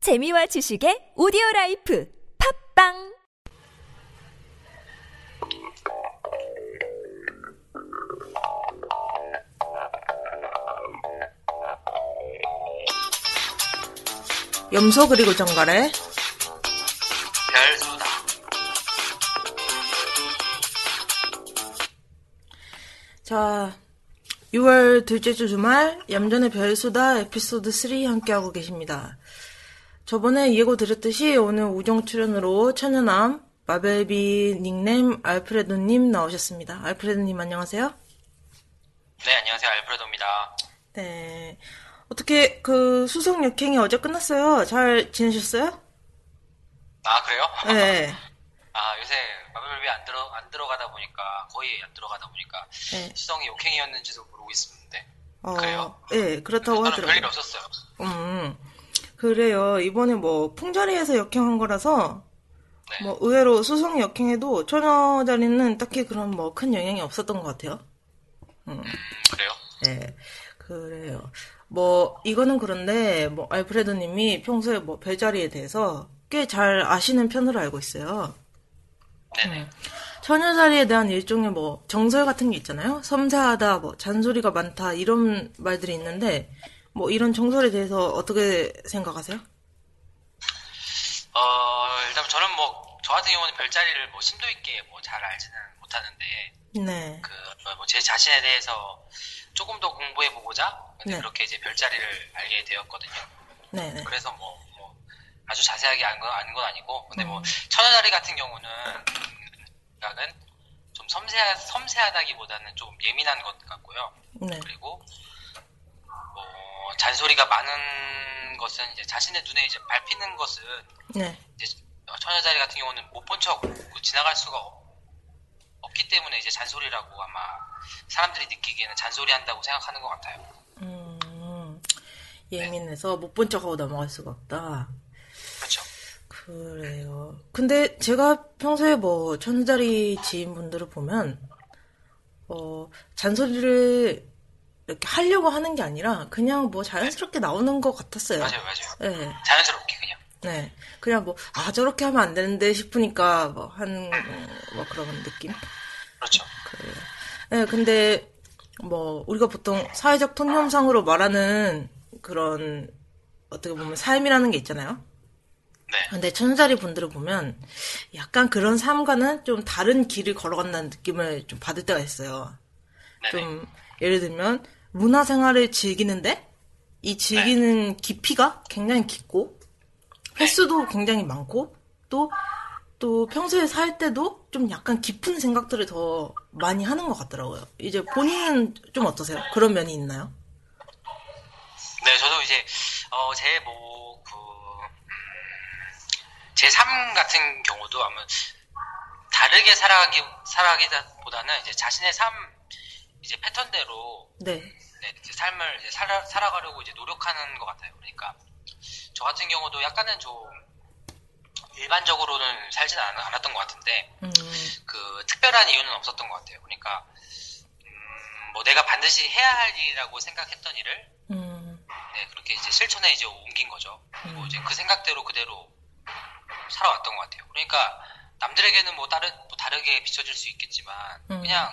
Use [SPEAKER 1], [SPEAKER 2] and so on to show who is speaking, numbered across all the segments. [SPEAKER 1] 재미와 지식의 오디오 라이프 팝빵
[SPEAKER 2] 염소 그리고 정갈의
[SPEAKER 3] 별수다.
[SPEAKER 2] 자 6월 둘째 주 주말 얌전의 별수다 에피소드 3 함께하고 계십니다. 저번에 예고 드렸듯이 오늘 우정 출연으로 천연함 마벨비 닉네임 알프레도님 나오셨습니다. 알프레도님 안녕하세요.
[SPEAKER 3] 네, 안녕하세요. 알프레도입니다.
[SPEAKER 2] 네 어떻게 그 수석 역행이 어제 끝났어요. 잘 지내셨어요?
[SPEAKER 3] 아, 그래요?
[SPEAKER 2] 네.
[SPEAKER 3] 아, 요새 마블이 안 들어, 안 들어가다 보니까, 거의 안 들어가다 보니까,
[SPEAKER 2] 네.
[SPEAKER 3] 수성이 욕행이었는지도 모르고 있었는데,
[SPEAKER 2] 어,
[SPEAKER 3] 그래요?
[SPEAKER 2] 네 그렇다고
[SPEAKER 3] 저는 그러니까 별일
[SPEAKER 2] 하더라고요.
[SPEAKER 3] 없었어요.
[SPEAKER 2] 음 그래요 이번에 뭐 풍자리에서 역행한 거라서
[SPEAKER 3] 네.
[SPEAKER 2] 뭐 의외로 수성 역행에도 처녀 자리는 딱히 그런 뭐 큰 영향이 없었던 것 같아요.
[SPEAKER 3] 음, 그래요?
[SPEAKER 2] 네, 그래요. 뭐 이거는 그런데 뭐 알프레드님이 평소에 뭐 별자리에 대해서 꽤 잘 아시는 편으로 알고 있어요. 음.
[SPEAKER 3] 네네.
[SPEAKER 2] 처녀 자리에 대한 일종의 뭐 정설 같은 게 있잖아요. 섬세하다, 뭐 잔소리가 많다 이런 말들이 있는데 뭐 이런 정설에 대해서 어떻게 생각하세요?
[SPEAKER 3] 어, 일단 저는 뭐, 저 같은 경우는 별자리를 뭐, 심도 있게 뭐, 잘 알지는 못하는데,
[SPEAKER 2] 네,
[SPEAKER 3] 그, 뭐, 제 자신에 대해서 조금 더 공부해보고자, 근데
[SPEAKER 2] 네.
[SPEAKER 3] 그렇게 이제 별자리를 알게 되었거든요.
[SPEAKER 2] 네, 네,
[SPEAKER 3] 그래서 뭐, 뭐 아주 자세하게 아는 건, 아는 건 아니고 근데
[SPEAKER 2] 음.
[SPEAKER 3] 뭐 천연다리 같은 경우는 생각은 좀 섬세하, 섬세하다기보다는 좀 예민한 것 같고요.
[SPEAKER 2] 네,
[SPEAKER 3] 그리고 뭐 잔소리가 많은 것은 이제 자신의 눈에 이제 밟히는 것은
[SPEAKER 2] 네,
[SPEAKER 3] 이제 천연다리 같은 경우는 못 본 척 지나갈 수가 없, 없기 때문에 이제 잔소리라고 아마 사람들이 느끼기에는 잔소리한다고 생각하는 것 같아요.
[SPEAKER 2] 음, 예민해서 못 본 척하고 넘어갈 수가 없다.
[SPEAKER 3] 그렇죠.
[SPEAKER 2] 그래요. 근데 제가 평소에 뭐 천자리 지인분들을 보면 어 잔소리를 이렇게 하려고 하는 게 아니라 그냥 뭐 자연스럽게 나오는 것 같았어요.
[SPEAKER 3] 맞아요, 맞아요.
[SPEAKER 2] 네,
[SPEAKER 3] 자연스럽게 그냥.
[SPEAKER 2] 네. 그냥 뭐 아 저렇게 하면 안 되는데 싶으니까 뭐 한 뭐 그런 느낌.
[SPEAKER 3] 그렇죠.
[SPEAKER 2] 그래요. 네, 근데 뭐 우리가 보통 사회적 통념상으로 말하는 그런 어떻게 보면 삶이라는 게 있잖아요.
[SPEAKER 3] 네.
[SPEAKER 2] 근데 천자리 분들을 보면 약간 그런 삶과는 좀 다른 길을 걸어간다는 느낌을 좀 받을 때가 있어요.
[SPEAKER 3] 네네.
[SPEAKER 2] 좀 예를 들면 문화 생활을 즐기는데 이 즐기는 깊이가 굉장히 깊고 횟수도 굉장히 많고 또 또 평소에 살 때도 좀 약간 깊은 생각들을 더 많이 하는 것 같더라고요. 이제 본인은 좀 어떠세요? 그런 면이 있나요?
[SPEAKER 3] 네, 저도 이제 어, 제 뭐, 그, 제3 같은 경우도 아마 다르게 살아가기, 살아가기보다는 이제 자신의 삶, 이제 패턴대로
[SPEAKER 2] 네,
[SPEAKER 3] 네, 이제 삶을 이제 살아, 살아가려고 이제 노력하는 것 같아요. 그러니까 저 같은 경우도 약간은 좀 일반적으로는 살진 않, 않았던 것 같은데
[SPEAKER 2] 음,
[SPEAKER 3] 그 특별한 이유는 없었던 것 같아요. 그러니까 음, 뭐 내가 반드시 해야 할 일이라고 생각했던 일을
[SPEAKER 2] 음,
[SPEAKER 3] 네, 그렇게 이제 실천에 이제 옮긴 거죠. 그리고 이제 그 생각대로 그대로 살아왔던 것 같아요. 그러니까 남들에게는 뭐 다른 뭐 다르게 비춰질 수 있겠지만
[SPEAKER 2] 음.
[SPEAKER 3] 그냥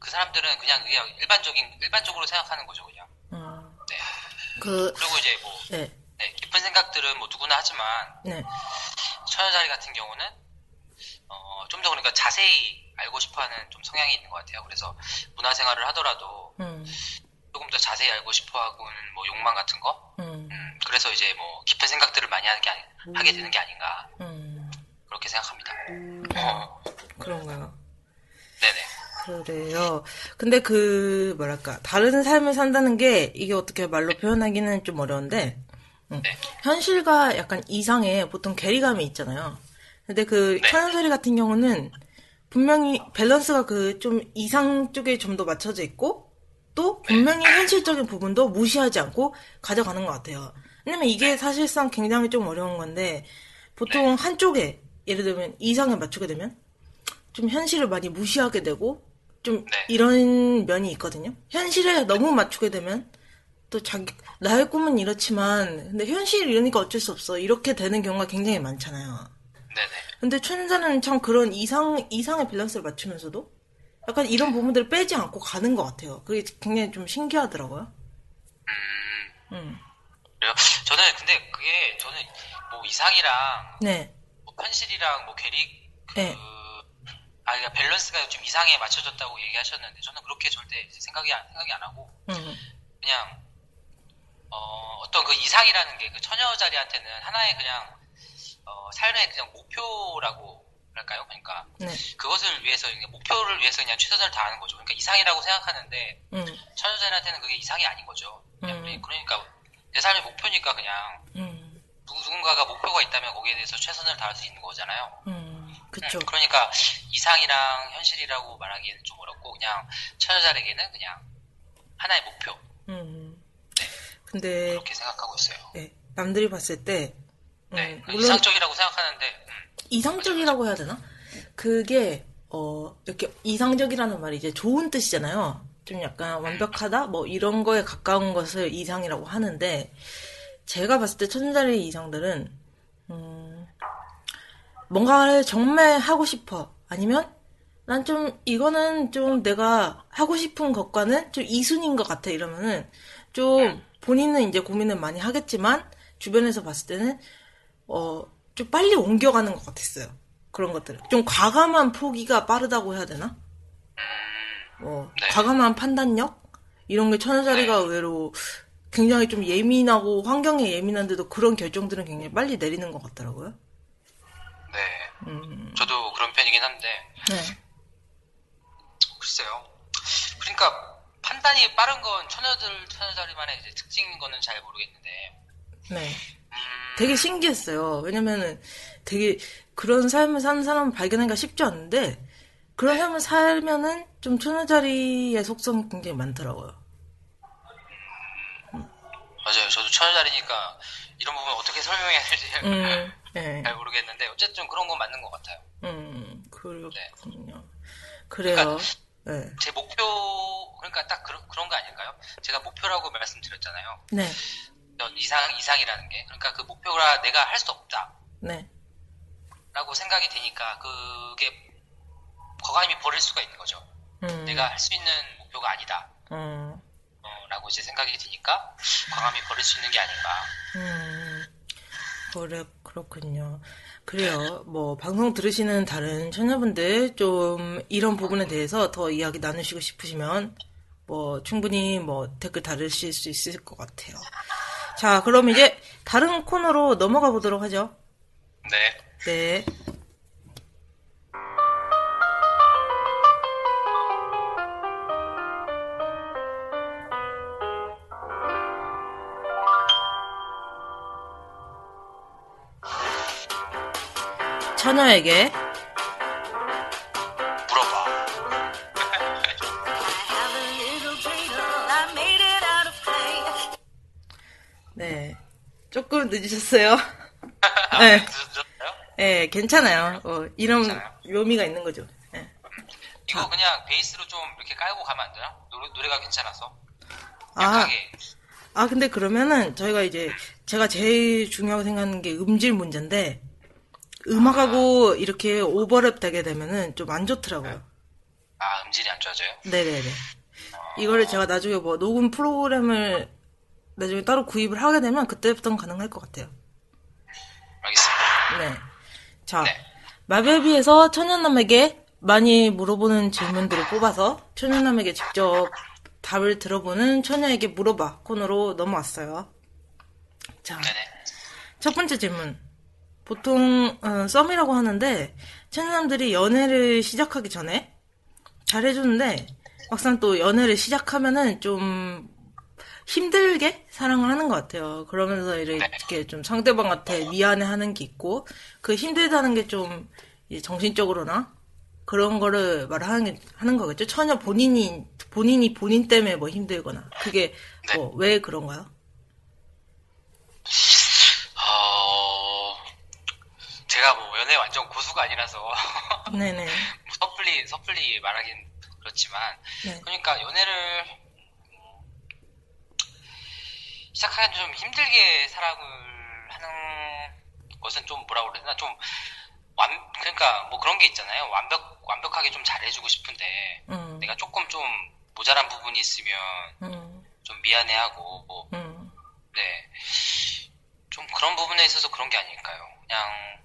[SPEAKER 3] 그 사람들은 그냥 그냥 일반적인 일반적으로 생각하는 거죠, 그냥.
[SPEAKER 2] 음.
[SPEAKER 3] 네.
[SPEAKER 2] 그,
[SPEAKER 3] 그리고 이제 뭐
[SPEAKER 2] 네,
[SPEAKER 3] 네, 깊은 생각들은 뭐 누구나 하지만
[SPEAKER 2] 네,
[SPEAKER 3] 천연자리 같은 경우는 좀 더 그러니까 자세히 알고 싶어하는 좀 성향이 있는 것 같아요. 그래서 문화생활을 하더라도
[SPEAKER 2] 음,
[SPEAKER 3] 조금 더 자세히 알고 싶어하고는 뭐 욕망 같은 거
[SPEAKER 2] 음,
[SPEAKER 3] 음, 그래서 이제 뭐 깊은 생각들을 많이 하는 게 아니, 하게 되는 게 아닌가
[SPEAKER 2] 음.
[SPEAKER 3] 그렇게 생각합니다. 어,
[SPEAKER 2] 그런가요?
[SPEAKER 3] 네네.
[SPEAKER 2] 그래요. 근데 그 뭐랄까 다른 삶을 산다는 게 이게 어떻게 말로 표현하기는 좀 어려운데 음,
[SPEAKER 3] 네.
[SPEAKER 2] 현실과 약간 이상의 보통 괴리감이 있잖아요. 근데 그
[SPEAKER 3] 네.
[SPEAKER 2] 천연소리 같은 경우는 분명히 밸런스가 그 좀 이상 쪽에 좀 더 맞춰져 있고 또 분명히 현실적인 부분도 무시하지 않고 가져가는 것 같아요. 왜냐면
[SPEAKER 3] 네.
[SPEAKER 2] 이게 사실상 굉장히 좀 어려운 건데 보통 한쪽에 예를 들면 이상에 맞추게 되면 좀 현실을 많이 무시하게 되고 좀
[SPEAKER 3] 네.
[SPEAKER 2] 이런 면이 있거든요. 현실에 너무 맞추게 되면 또 자기 나의 꿈은 이렇지만 근데 현실이 이러니까 어쩔 수 없어 이렇게 되는 경우가 굉장히 많잖아요.
[SPEAKER 3] 네네.
[SPEAKER 2] 근데 천자는 참 그런 이상 이상의 밸런스를 맞추면서도 약간 이런 부분들을 빼지 않고 가는 것 같아요. 그게 굉장히 좀 신기하더라고요. 음.
[SPEAKER 3] 그래요. 저는 근데 그게 저는 뭐 이상이랑
[SPEAKER 2] 네.
[SPEAKER 3] 뭐 현실이랑 뭐 괴리 그
[SPEAKER 2] 네.
[SPEAKER 3] 아, 그러니까 밸런스가 좀 이상해 맞춰졌다고 얘기하셨는데 저는 그렇게 절대 이제 생각이 안, 생각이 안 하고
[SPEAKER 2] 음.
[SPEAKER 3] 그냥 어, 어떤 그 이상이라는 게 그 처녀 자리한테는 하나의 그냥 어, 삶의 그냥 목표라고 할까요? 그러니까
[SPEAKER 2] 네.
[SPEAKER 3] 그것을 위해서 그냥 목표를 위해서 그냥 최선을 다하는 거죠. 그러니까 이상이라고 생각하는데
[SPEAKER 2] 음.
[SPEAKER 3] 처녀 자리한테는 그게 이상이 아닌 거죠. 그냥
[SPEAKER 2] 음.
[SPEAKER 3] 우리- 그러니까 내 삶의 목표니까 그냥
[SPEAKER 2] 음.
[SPEAKER 3] 누구- 누군가가 목표가 있다면 거기에 대해서 최선을 다할 수 있는 거잖아요.
[SPEAKER 2] 음. 그쵸.
[SPEAKER 3] 음, 그러니까 이상이랑 현실이라고 말하기에는 좀 어렵고 그냥 처자에게는 그냥 하나의 목표
[SPEAKER 2] 음. 근데
[SPEAKER 3] 그렇게 생각하고 있어요.
[SPEAKER 2] 네. 남들이 봤을 때 음,
[SPEAKER 3] 네, 그
[SPEAKER 2] 물론
[SPEAKER 3] 이상적이라고 생각하는데 음,
[SPEAKER 2] 이상적이라고 해야 되나? 그게 어 이렇게 이상적이라는 말이 이제 좋은 뜻이잖아요. 좀 약간 완벽하다 뭐 이런 거에 가까운 것을 이상이라고 하는데 제가 봤을 때 천자리 이상들은 음, 뭔가를 정말 하고 싶어 아니면 난 좀 이거는 좀 내가 하고 싶은 것과는 좀 이순인 것 같아 이러면은 좀 본인은 이제 고민을 많이 하겠지만 주변에서 봤을 때는 어, 좀 빨리 옮겨가는 것 같았어요. 그런 것들을. 좀 과감한 포기가 빠르다고 해야 되나? 어,
[SPEAKER 3] 네.
[SPEAKER 2] 과감한 판단력? 이런 게 천자리가 의외로 굉장히 좀 예민하고 환경에 예민한데도 그런 결정들은 굉장히 빨리 내리는 것 같더라고요.
[SPEAKER 3] 네,
[SPEAKER 2] 음,
[SPEAKER 3] 저도 그런 편이긴 한데
[SPEAKER 2] 네.
[SPEAKER 3] 글쎄요. 그러니까 판단이 빠른 건 처녀들 처녀자리만의 이제 특징인 거는 잘 모르겠는데 음,
[SPEAKER 2] 네. 되게 신기했어요. 왜냐면은 되게 그런 삶을 사는 사람을 발견하기가 쉽지 않은데 그런 삶을 살면은 좀 천자리의 속성이 굉장히 많더라고요.
[SPEAKER 3] 맞아요. 저도 처녀자리니까 이런 부분 어떻게 설명해야 될지
[SPEAKER 2] 음, 네.
[SPEAKER 3] 잘 모르겠는데 어쨌든 그런 건 맞는 것 같아요.
[SPEAKER 2] 음, 그렇군요. 그래요.
[SPEAKER 3] 그러니까-
[SPEAKER 2] 네.
[SPEAKER 3] 제 목표 그러니까 딱 그런 그런 거 아닐까요? 제가 목표라고 말씀드렸잖아요.
[SPEAKER 2] 네.
[SPEAKER 3] 어떤 이상 이상이라는 게 그러니까 그 목표가 내가 할 수 없다라고
[SPEAKER 2] 네.
[SPEAKER 3] 생각이 되니까 그게 거감이 버릴 수가 있는 거죠.
[SPEAKER 2] 음,
[SPEAKER 3] 내가 할 수 있는 목표가 아니다라고
[SPEAKER 2] 음,
[SPEAKER 3] 이제 생각이 드니까 과감히 버릴 수 있는 게 아닌가.
[SPEAKER 2] 음. 그래, 그렇군요. 그래요. 뭐, 방송 들으시는 다른 청녀분들 좀 이런 부분에 대해서 더 이야기 나누시고 싶으시면 뭐, 충분히 뭐, 댓글 달으실 수 있을 것 같아요. 자, 그럼 이제 다른 코너로 넘어가 보도록 하죠.
[SPEAKER 3] 네.
[SPEAKER 2] 네. 처녀에게
[SPEAKER 3] 물어봐.
[SPEAKER 2] 네 조금 늦으셨어요. 네,
[SPEAKER 3] 들으셨어요?
[SPEAKER 2] 네 괜찮아요. 어, 이런
[SPEAKER 3] 괜찮아요?
[SPEAKER 2] 묘미가 있는 거죠. 네.
[SPEAKER 3] 이거 그냥 베이스로 좀 이렇게 깔고 가면 안 되나? 노래, 노래가 괜찮아서
[SPEAKER 2] 아,
[SPEAKER 3] 약하게.
[SPEAKER 2] 아, 근데 그러면은 저희가 이제 제가 제일 중요하고 생각하는 게 음질 문제인데 음악하고 이렇게 오버랩 되게 되면은 좀 안 좋더라고요.
[SPEAKER 3] 아 음질이 안 좋아져요?
[SPEAKER 2] 네네네. 이거를 제가 나중에 뭐 녹음 프로그램을 나중에 따로 구입을 하게 되면 그때부터는 가능할 것 같아요.
[SPEAKER 3] 알겠습니다.
[SPEAKER 2] 네. 자,
[SPEAKER 3] 네.
[SPEAKER 2] 마벨비에서 천연남에게 많이 물어보는 질문들을 뽑아서 천연남에게 직접 답을 들어보는 천연에게 물어봐 코너로 넘어왔어요. 자,
[SPEAKER 3] 네네.
[SPEAKER 2] 첫 번째 질문. 보통 어, 썸이라고 하는데 천남들이 연애를 시작하기 전에 잘해주는데 막상 또 연애를 시작하면은 좀 힘들게 사랑을 하는 것 같아요. 그러면서 이렇게 좀 상대방한테 미안해하는 게 있고 그 힘들다는 게 좀 정신적으로나 그런 거를 말하는 게- 하는 거겠죠. 전혀 본인이 본인이 본인 때문에 뭐 힘들거나 그게
[SPEAKER 3] 네.
[SPEAKER 2] 뭐 왜 그런가요?
[SPEAKER 3] 어, 제가 뭐 연애 완전 고수가 아니라서
[SPEAKER 2] 네네.
[SPEAKER 3] 뭐 섣불리 섣불리 말하긴 그렇지만
[SPEAKER 2] 네.
[SPEAKER 3] 그러니까 연애를 음, 시작하기 좀 힘들게 사랑을 하는 것은 좀 뭐라 그래야 되나 좀 완, 그러니까 뭐 그런 게 있잖아요. 완벽, 완벽하게 좀 잘해주고 싶은데
[SPEAKER 2] 음,
[SPEAKER 3] 내가 조금 좀 모자란 부분이 있으면
[SPEAKER 2] 음,
[SPEAKER 3] 좀 미안해하고 뭐
[SPEAKER 2] 음,
[SPEAKER 3] 네. 좀 그런 부분에 있어서 그런 게 아닐까요? 그냥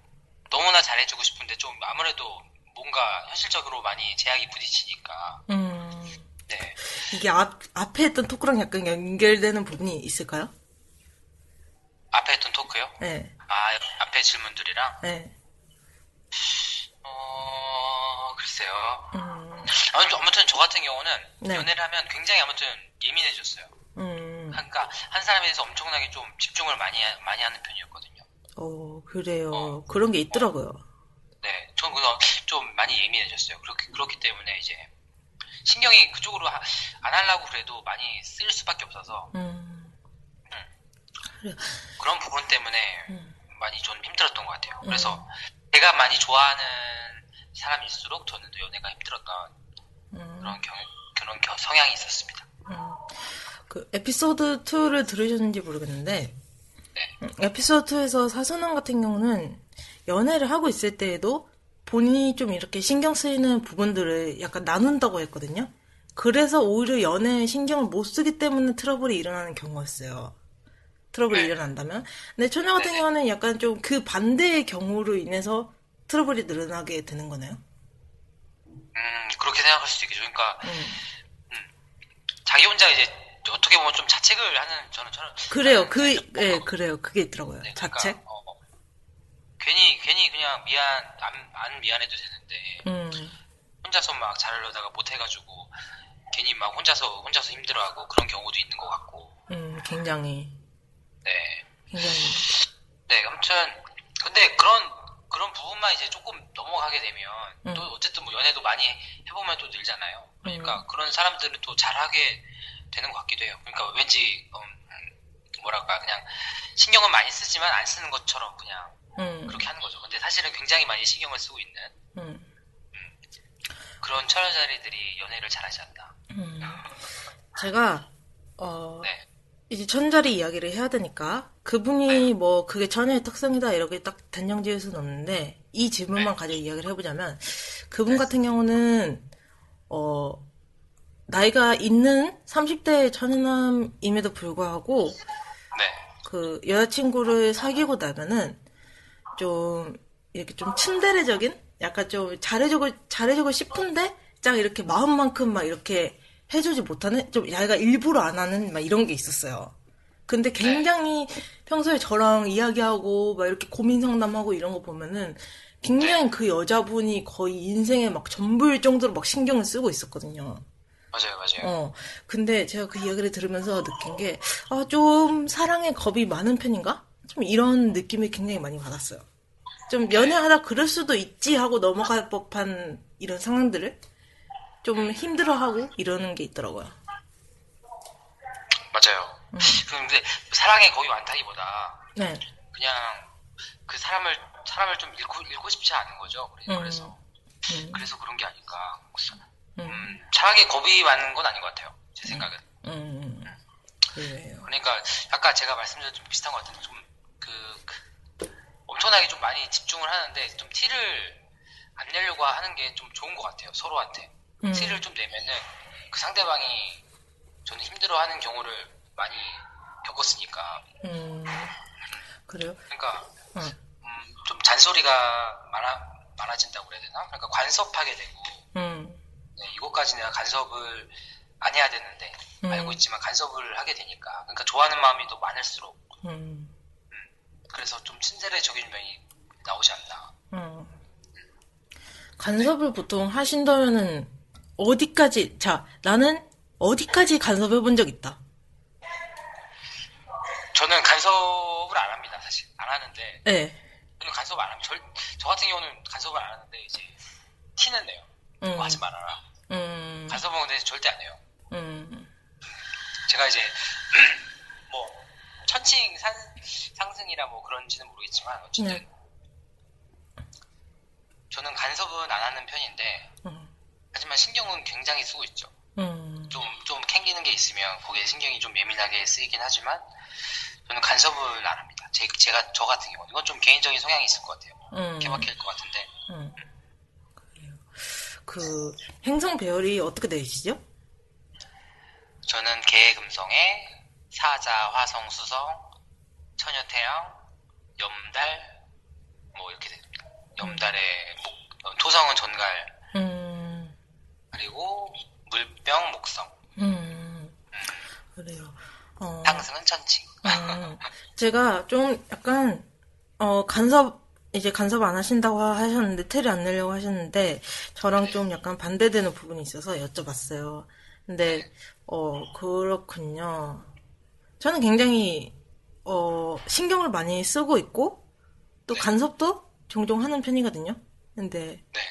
[SPEAKER 3] 너무나 잘해주고 싶은데 좀 아무래도 뭔가 현실적으로 많이 제약이 부딪히니까.
[SPEAKER 2] 음.
[SPEAKER 3] 네.
[SPEAKER 2] 이게 앞, 앞에 했던 토크랑 약간 연결되는 부분이 있을까요?
[SPEAKER 3] 앞에 했던 토크요?
[SPEAKER 2] 네,
[SPEAKER 3] 아, 앞에 질문들이랑?
[SPEAKER 2] 네.
[SPEAKER 3] 어, 글쎄요.
[SPEAKER 2] 음,
[SPEAKER 3] 아무튼, 아무튼 저 같은 경우는
[SPEAKER 2] 네.
[SPEAKER 3] 연애를 하면 굉장히 아무튼 예민해졌어요.
[SPEAKER 2] 음,
[SPEAKER 3] 그러니까 한 사람에 대해서 엄청나게 좀 집중을 많이, 하- 많이 하는 편이었거든요.
[SPEAKER 2] 어, 그래요.
[SPEAKER 3] 어.
[SPEAKER 2] 그런 게 있더라고요.
[SPEAKER 3] 네, 전 그거 좀 많이 예민해졌어요. 그렇기, 그렇기 때문에 이제 신경이 그쪽으로 하- 안 하려고 그래도 많이 쓸 수밖에 없어서
[SPEAKER 2] 음,
[SPEAKER 3] 그런 부분 때문에
[SPEAKER 2] 음,
[SPEAKER 3] 많이 좀 힘들었던 것 같아요. 그래서 제가 많이 좋아하는 사람일수록 저는 또 연애가 힘들었던
[SPEAKER 2] 음.
[SPEAKER 3] 그런 경, 그런 겨- 성향이 있었습니다.
[SPEAKER 2] 그 에피소드 2를 들으셨는지 모르겠는데
[SPEAKER 3] 네.
[SPEAKER 2] 음, 에피소드 2에서 사선왕 같은 경우는 연애를 하고 있을 때에도 본인이 좀 이렇게 신경 쓰이는 부분들을 약간 나눈다고 했거든요. 그래서 오히려 연애에 신경을 못 쓰기 때문에 트러블이 일어나는 경우였어요. 트러블이
[SPEAKER 3] 네.
[SPEAKER 2] 일어난다면. 근데 처녀 같은
[SPEAKER 3] 네네.
[SPEAKER 2] 경우는 약간 좀 그 반대의 경우로 인해서 트러블이 늘어나게 되는 거네요.
[SPEAKER 3] 음, 그렇게 생각할 수도 있겠죠. 그러니까
[SPEAKER 2] 음.
[SPEAKER 3] 자기 혼자 이제 어떻게 보면 좀 자책을 하는 저는 저는 네,
[SPEAKER 2] 그래요. 그,
[SPEAKER 3] 저는
[SPEAKER 2] 예, 그래요. 그게 있더라고요.
[SPEAKER 3] 네, 그러니까,
[SPEAKER 2] 자책.
[SPEAKER 3] 어, 어. 괜히 괜히 그냥 미안 안, 안 미안해도 되는데
[SPEAKER 2] 음,
[SPEAKER 3] 혼자서 막 잘하려다가 못해가지고 괜히 막 혼자서 혼자서 힘들어하고 그런 경우도 있는 것 같고
[SPEAKER 2] 음, 굉장히.
[SPEAKER 3] 네,
[SPEAKER 2] 굉장히.
[SPEAKER 3] 네 아무튼 근데 그런 그런 부분만 이제 조금 넘어가게 되면
[SPEAKER 2] 음.
[SPEAKER 3] 또 어쨌든 뭐 연애도 많이 해보면 또 늘잖아요 그러니까
[SPEAKER 2] 음.
[SPEAKER 3] 그런 사람들은 또 잘하게 되는 것 같기도 해요 그러니까 왠지 음, 음, 뭐랄까 그냥 신경은 많이 쓰지만 안 쓰는 것처럼 그냥
[SPEAKER 2] 음,
[SPEAKER 3] 그렇게 하는 거죠 근데 사실은 굉장히 많이 신경을 쓰고 있는
[SPEAKER 2] 음.
[SPEAKER 3] 그런 철자리들이 연애를 잘하지 않나
[SPEAKER 2] 음. 제가 어
[SPEAKER 3] 네
[SPEAKER 2] 이제 천자리 이야기를 해야 되니까 그분이 뭐 그게 천의 특성이다 이렇게 딱 단정 지을 수는 없는데 이 질문만
[SPEAKER 3] 네.
[SPEAKER 2] 가지고 이야기를 해보자면 그분 같은 경우는 어 나이가 있는 30대 천남임에도 불구하고
[SPEAKER 3] 네.
[SPEAKER 2] 그 여자친구를 사귀고 나면은 좀 이렇게 좀 친데레적인 약간 좀 잘해주고 잘해주고 싶은데 딱 이렇게 마음만큼 막 이렇게 해주지 못하는 좀 얘가 일부러 안 하는 막 이런 게 있었어요. 근데 굉장히 평소에 저랑 이야기하고 막 이렇게 고민 상담하고 이런 거 보면은 굉장히 그 여자분이 거의 인생에 막 전부일 정도로 막 신경을 쓰고 있었거든요.
[SPEAKER 3] 맞아요, 맞아요.
[SPEAKER 2] 어, 근데 제가 그 이야기를 들으면서 느낀 게, 아, 좀 사랑에 겁이 많은 편인가? 좀 이런 느낌이 굉장히 많이 받았어요. 좀 연애하다 그럴 수도 있지 하고 넘어갈 법한 이런 상황들을 좀 힘들어하고 이러는 게 있더라고요.
[SPEAKER 3] 음. 맞아요. 음. 근데 사랑에 거의 많다기보다
[SPEAKER 2] 네.
[SPEAKER 3] 그냥 그 사람을 사람을 좀 잃고 잃고 싶지 않은 거죠. 그래-
[SPEAKER 2] 음.
[SPEAKER 3] 그래서
[SPEAKER 2] 음,
[SPEAKER 3] 그래서 그런 게 아닐까.
[SPEAKER 2] 음,
[SPEAKER 3] 음, 사랑에 겁이 많은 건 아닌 것 같아요. 제 생각은.
[SPEAKER 2] 음, 그래요.
[SPEAKER 3] 그러니까 아까 제가 말씀드린 좀 비슷한 것 같은데 좀그 엄청나게 좀 많이 집중을 하는데 좀 티를 안 내려고 하는 게 좀 좋은 것 같아요. 서로한테
[SPEAKER 2] 음.
[SPEAKER 3] 티를 좀 내면은 그 상대방이 저는 힘들어하는 경우를 많이 겪었으니까
[SPEAKER 2] 음, 그래요?
[SPEAKER 3] 그러니까
[SPEAKER 2] 응.
[SPEAKER 3] 음, 좀 잔소리가 많아, 많아진다고 그래야 되나? 그러니까 관섭하게 되고
[SPEAKER 2] 음,
[SPEAKER 3] 네, 이것까지 내가 간섭을 안 해야 되는데
[SPEAKER 2] 음.
[SPEAKER 3] 알고 있지만 간섭을 하게 되니까 그러니까 좋아하는 마음이 더 많을수록
[SPEAKER 2] 음,
[SPEAKER 3] 그래서 좀 친절해적인 면이 나오지 않나
[SPEAKER 2] 음. 간섭을 보통 하신다면은 어디까지 자 나는 어디까지 간섭해 본 적 있다.
[SPEAKER 3] 저는 간섭을 안 합니다 사실 안 하는데
[SPEAKER 2] 예.
[SPEAKER 3] 저는 간섭 안 합니다 절- 저 같은 경우는 간섭을 안 하는데 이제 티는 내요
[SPEAKER 2] 음.
[SPEAKER 3] 그거 하지 말아라
[SPEAKER 2] 음.
[SPEAKER 3] 간섭은 근데 절대 안 해요
[SPEAKER 2] 음.
[SPEAKER 3] 제가 이제 뭐 천칭 산, 상승이라 뭐 그런지는 모르겠지만 어쨌든
[SPEAKER 2] 네.
[SPEAKER 3] 저는 간섭은 안 하는 편인데
[SPEAKER 2] 음.
[SPEAKER 3] 하지만 신경은 굉장히 쓰고 있죠.
[SPEAKER 2] 음.
[SPEAKER 3] 좀 좀 생기는 게 있으면 거기에 신경이 좀 예민하게 쓰이긴 하지만 저는 간섭을 안 합니다. 제, 제가 저 같은 경우는 이건 좀 개인적인 성향이 있을 것 같아요.
[SPEAKER 2] 음.
[SPEAKER 3] 개박힐 것 같은데
[SPEAKER 2] 음. 그래요. 그 행성 배열이 어떻게 되시죠?
[SPEAKER 3] 저는 개금성에 사자, 화성, 수성, 처녀 태양, 염달 뭐 이렇게 됩니다. 염달의 목, 어, 토성은 전갈
[SPEAKER 2] 음.
[SPEAKER 3] 그리고 물병, 목성,
[SPEAKER 2] 음. 그래요. 어.
[SPEAKER 3] 상승은 천칭.
[SPEAKER 2] 아, 제가 좀 약간 어 간섭 이제 간섭 안 하신다고 하셨는데 테를 안 내려고 하셨는데 저랑 좀 약간 반대되는 부분이 있어서 여쭤봤어요. 근데 어 그렇군요. 저는 굉장히 어 신경을 많이 쓰고 있고 또 간섭도 종종 하는 편이거든요. 근데
[SPEAKER 3] 네.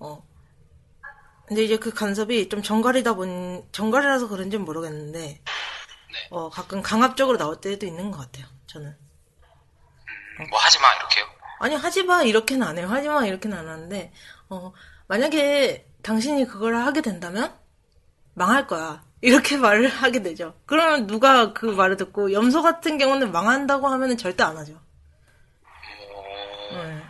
[SPEAKER 2] 어. 근데 이제 그 간섭이 좀 정갈이다 본, 정갈이라서 그런지는 모르겠는데, 어, 가끔 강압적으로 나올 때도 있는 것 같아요, 저는.
[SPEAKER 3] 음, 뭐 하지 마 이렇게요.
[SPEAKER 2] 아니, 하지 마, 이렇게는 안 해요. 하지 마, 이렇게는 안 하는데, 어, 만약에 당신이 그걸 하게 된다면, 망할 거야. 이렇게 말을 하게 되죠. 그러면 누가 그 말을 듣고, 염소 같은 경우는 망한다고 하면 절대 안 하죠.
[SPEAKER 3] 어,
[SPEAKER 2] 네.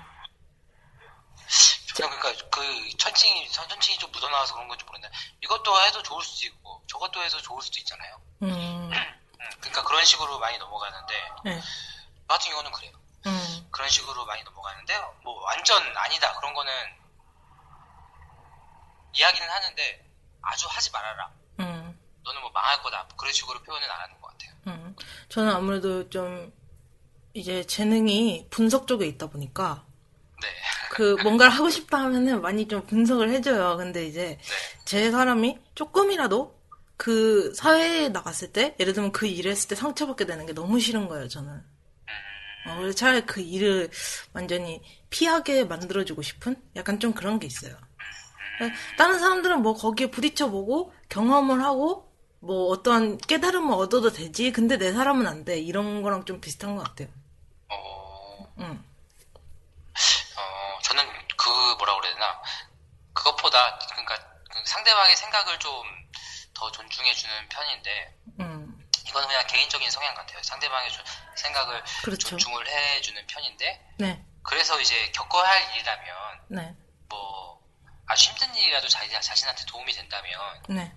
[SPEAKER 3] 저는 그러니까 그 천칭이 천칭이 좀 묻어나와서 그런 건지 모르겠는데 이것도 해도 좋을 수도 있고 저것도 해서 좋을 수도 있잖아요.
[SPEAKER 2] 음,
[SPEAKER 3] 음, 그러니까 그런 식으로 많이 넘어가는데
[SPEAKER 2] 네.
[SPEAKER 3] 저 같은 경우는 그래요.
[SPEAKER 2] 음,
[SPEAKER 3] 그런 식으로 많이 넘어가는데 뭐 완전 아니다 그런 거는 이야기는 하는데 아주 하지 말아라.
[SPEAKER 2] 음.
[SPEAKER 3] 너는 뭐 망할 거다. 그런 식으로 표현은 안 하는 것 같아요.
[SPEAKER 2] 음, 저는 아무래도 좀 이제 재능이 분석 쪽에 있다 보니까
[SPEAKER 3] 네,
[SPEAKER 2] 그 뭔가를 하고 싶다 하면은 많이 좀 분석을 해줘요. 근데 이제
[SPEAKER 3] 네,
[SPEAKER 2] 제 사람이 조금이라도 그 사회에 나갔을 때 예를 들면 그 일을 했을 때 상처받게 되는 게 너무 싫은 거예요, 저는. 어, 그래서 차라리 그 일을 완전히 피하게 만들어주고 싶은 약간 좀 그런 게 있어요. 다른 사람들은 뭐 거기에 부딪혀보고 경험을 하고 뭐 어떠한 깨달음을 얻어도 되지. 근데 내 사람은 안 돼. 이런 거랑 좀 비슷한 것 같아요.
[SPEAKER 3] 어,
[SPEAKER 2] 응.
[SPEAKER 3] 어, 저는 그 뭐라 그래야 되나 그것보다 그러니까 그 상대방의 생각을 좀 더 존중해주는 편인데
[SPEAKER 2] 응.
[SPEAKER 3] 이건 그냥 개인적인 성향 같아요. 상대방의 조- 생각을
[SPEAKER 2] 그렇죠.
[SPEAKER 3] 존중을 해주는 편인데
[SPEAKER 2] 네.
[SPEAKER 3] 그래서 이제 겪어야 할 일이라면
[SPEAKER 2] 네.
[SPEAKER 3] 뭐 아주 힘든 일이라도 자기 자신한테 도움이 된다면
[SPEAKER 2] 네.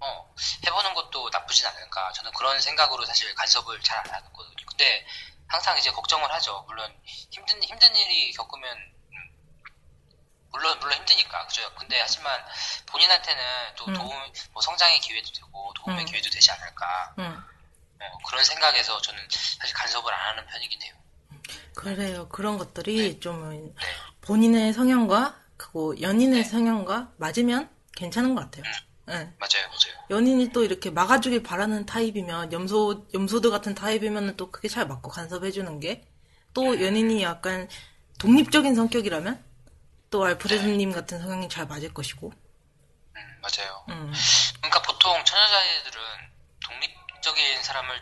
[SPEAKER 3] 어, 해보는 것도 나쁘진 않을까. 저는 그런 생각으로 사실 간섭을 잘 안 하는 거든요. 근데 항상 이제 걱정을 하죠. 물론 힘든 힘든 일이 겪으면 음, 물론 물론 힘드니까 그죠. 근데 하지만 본인한테는 또
[SPEAKER 2] 음.
[SPEAKER 3] 도움 뭐 성장의 기회도 되고 도움의
[SPEAKER 2] 음.
[SPEAKER 3] 기회도 되지 않을까.
[SPEAKER 2] 응.
[SPEAKER 3] 어, 그런 생각에서 저는 사실 간섭을 안 하는 편이긴 해요.
[SPEAKER 2] 그래요. 그런 것들이 좀
[SPEAKER 3] 네.
[SPEAKER 2] 본인의 성향과 그리고 연인의 성향과 맞으면 괜찮은 것 같아요. 네.
[SPEAKER 3] 맞아요, 맞아요.
[SPEAKER 2] 연인이 또 이렇게 막아주길 바라는 타입이면 염소 염소들 같은 타입이면 또 그게 잘 맞고 간섭해주는 게 또 연인이 약간 독립적인 성격이라면 또 알프레드님 같은 성향이 잘 맞을 것이고
[SPEAKER 3] 음, 맞아요.
[SPEAKER 2] 음,
[SPEAKER 3] 그러니까 보통 처녀자애들은 독립적인 사람을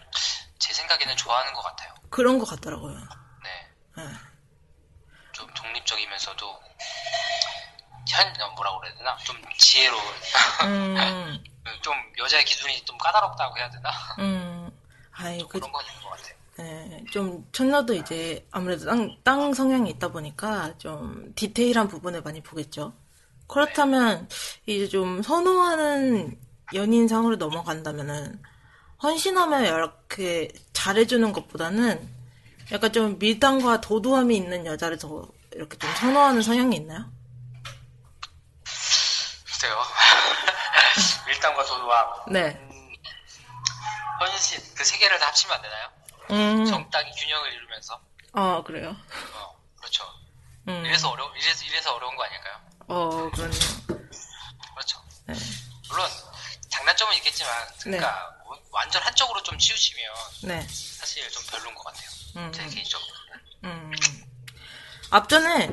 [SPEAKER 3] 제 생각에는 좋아하는 것 같아요.
[SPEAKER 2] 그런 것 같더라고요.
[SPEAKER 3] 네.
[SPEAKER 2] 예.
[SPEAKER 3] 좀 독립적이면서도 현 어, 뭐라고 그래야 되나 좀 지혜로운
[SPEAKER 2] 음,
[SPEAKER 3] 좀 여자의 기준이 좀 까다롭다고 해야 되나
[SPEAKER 2] 음, 아이 그
[SPEAKER 3] 그런 건 있는 것 같아요.
[SPEAKER 2] 예, 좀 천녀도 이제 아무래도 땅, 땅 성향이 있다 보니까 좀 디테일한 부분을 많이 보겠죠. 그렇다면 이제 좀 선호하는 연인상으로 넘어간다면은 헌신하며 이렇게 잘해주는 것보다는 약간 좀 밀당과 도도함이 있는 여자를 더 이렇게 좀 선호하는 성향이 있나요?
[SPEAKER 3] 글쎄요. 밀당과 도도함,
[SPEAKER 2] 네.
[SPEAKER 3] 헌신 그 세 개를 다 합치면 안 되나요?
[SPEAKER 2] 음,
[SPEAKER 3] 적당히 균형을 이루면서
[SPEAKER 2] 아 그래요.
[SPEAKER 3] 어, 그렇죠.
[SPEAKER 2] 음,
[SPEAKER 3] 이래서 어려 이래서 이래서 어려운 거 아닐까요?
[SPEAKER 2] 어 그렇네요.
[SPEAKER 3] 그렇죠.
[SPEAKER 2] 네.
[SPEAKER 3] 물론 장단점은 있겠지만 그러니까 완전 한쪽으로 좀 치우치면
[SPEAKER 2] 네.
[SPEAKER 3] 사실 좀 별론 것 같아요.
[SPEAKER 2] 음.
[SPEAKER 3] 제 개인적으로.
[SPEAKER 2] 음. 앞전에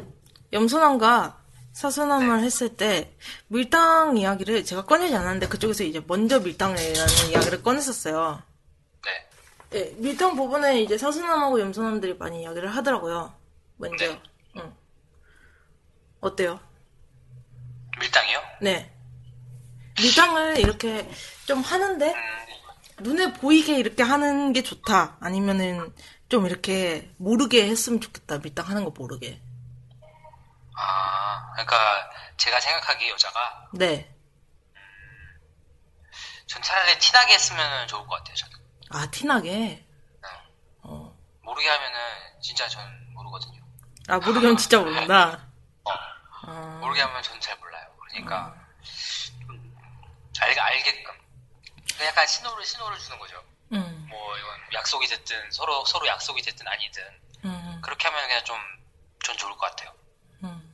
[SPEAKER 2] 염소남과 사소남을 했을 때 밀당 이야기를 제가 꺼내지 않았는데 그쪽에서 이제 먼저 밀당이라는 이야기를 꺼냈었어요.
[SPEAKER 3] 네.
[SPEAKER 2] 예, 밀당 부분에 이제 사소남하고 염소남들이 많이 이야기를 하더라고요. 먼저.
[SPEAKER 3] 네.
[SPEAKER 2] 응. 어때요?
[SPEAKER 3] 밀당이요?
[SPEAKER 2] 네. 밀당을 이렇게 좀 하는데
[SPEAKER 3] 음,
[SPEAKER 2] 눈에 보이게 이렇게 하는 게 좋다. 아니면은 좀 이렇게 모르게 했으면 좋겠다. 밀당하는 거 모르게.
[SPEAKER 3] 아, 그러니까 제가 생각하기에 여자가
[SPEAKER 2] 네.
[SPEAKER 3] 전 차라리 티나게 했으면 좋을 것 같아요. 저는 네.
[SPEAKER 2] 아 티나게. 어.
[SPEAKER 3] 모르게 하면은 진짜 전 모르거든요.
[SPEAKER 2] 아 모르게 하면 진짜 모른다.
[SPEAKER 3] 어,
[SPEAKER 2] 아,
[SPEAKER 3] 모르게 하면 전 잘 몰라요. 그러니까 좀 알, 알게끔 그냥 약간 신호를 신호를 주는 거죠.
[SPEAKER 2] 음,
[SPEAKER 3] 뭐 이건 약속이 됐든 서로 서로 약속이 됐든 아니든
[SPEAKER 2] 음,
[SPEAKER 3] 그렇게 하면 그냥 좀 전 좋을 것 같아요.
[SPEAKER 2] 음.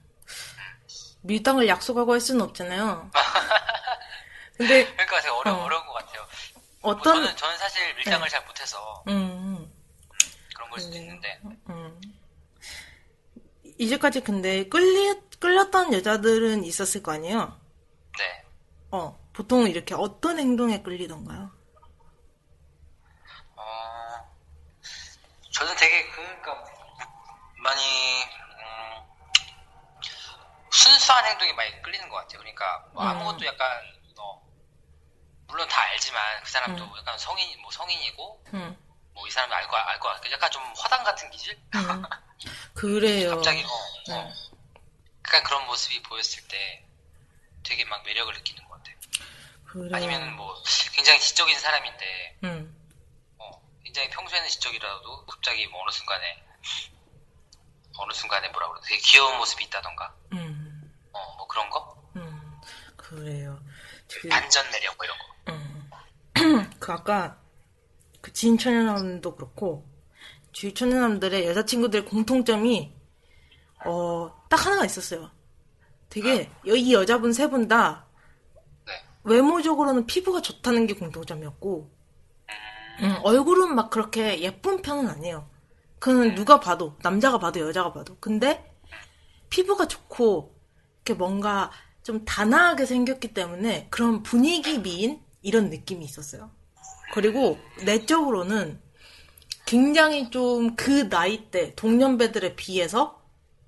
[SPEAKER 2] 밀당을 약속하고 할 수는 없잖아요. 근데
[SPEAKER 3] 그러니까 되게 어려
[SPEAKER 2] 어.
[SPEAKER 3] 어려운 것 같아요. 뭐
[SPEAKER 2] 어떤 네.
[SPEAKER 3] 저는 저는 사실 밀당을 잘 못해서
[SPEAKER 2] 음,
[SPEAKER 3] 그런 걸 수도
[SPEAKER 2] 음.
[SPEAKER 3] 있는데
[SPEAKER 2] 음. 이제까지 근데 끌리 끌렸던 여자들은 있었을 거 아니에요.
[SPEAKER 3] 네
[SPEAKER 2] 어 보통 이렇게 어떤 행동에 끌리던가요?
[SPEAKER 3] 어, 저는 되게 그러니까 많이 음, 순수한 행동이 많이 끌리는 것 같아요. 그러니까 뭐
[SPEAKER 2] 음.
[SPEAKER 3] 아무것도 약간 어, 물론 다 알지만 그 사람도
[SPEAKER 2] 음.
[SPEAKER 3] 약간 성인 뭐 성인이고
[SPEAKER 2] 음,
[SPEAKER 3] 뭐 이 사람 알고 알것 같고 약간 좀 허당 같은 기질
[SPEAKER 2] 음. 그래요.
[SPEAKER 3] 갑자기 어, 어
[SPEAKER 2] 네.
[SPEAKER 3] 약간 그런 모습이 보였을 때 되게 막 매력을 느끼는 것 같아요.
[SPEAKER 2] 그래요.
[SPEAKER 3] 아니면 뭐 굉장히 지적인 사람인데
[SPEAKER 2] 음,
[SPEAKER 3] 어, 굉장히 평소에는 지적이라도 갑자기 뭐 어느 순간에 어느 순간에 뭐라 그래 되게 귀여운 모습이 있다던가
[SPEAKER 2] 음,
[SPEAKER 3] 어 뭐 그런 거
[SPEAKER 2] 음, 그래요. 그-
[SPEAKER 3] 반전 매력 뭐 이런 거
[SPEAKER 2] 음. 그 아까 그 지인 천연함도 그렇고 주위 천연함들의 여자친구들의 공통점이 어 딱 하나가 있었어요. 되게 여- 이 여자분 세 분 다
[SPEAKER 3] 네
[SPEAKER 2] 외모적으로는 피부가 좋다는 게 공통점이었고 음, 얼굴은 막 그렇게 예쁜 편은 아니에요. 그는 누가 봐도 남자가 봐도 여자가 봐도 근데 피부가 좋고 이렇게 뭔가 좀 단아하게 생겼기 때문에 그런 분위기 미인 이런 느낌이 있었어요. 그리고 내적으로는 굉장히 좀 그 나이 때 동년배들에 비해서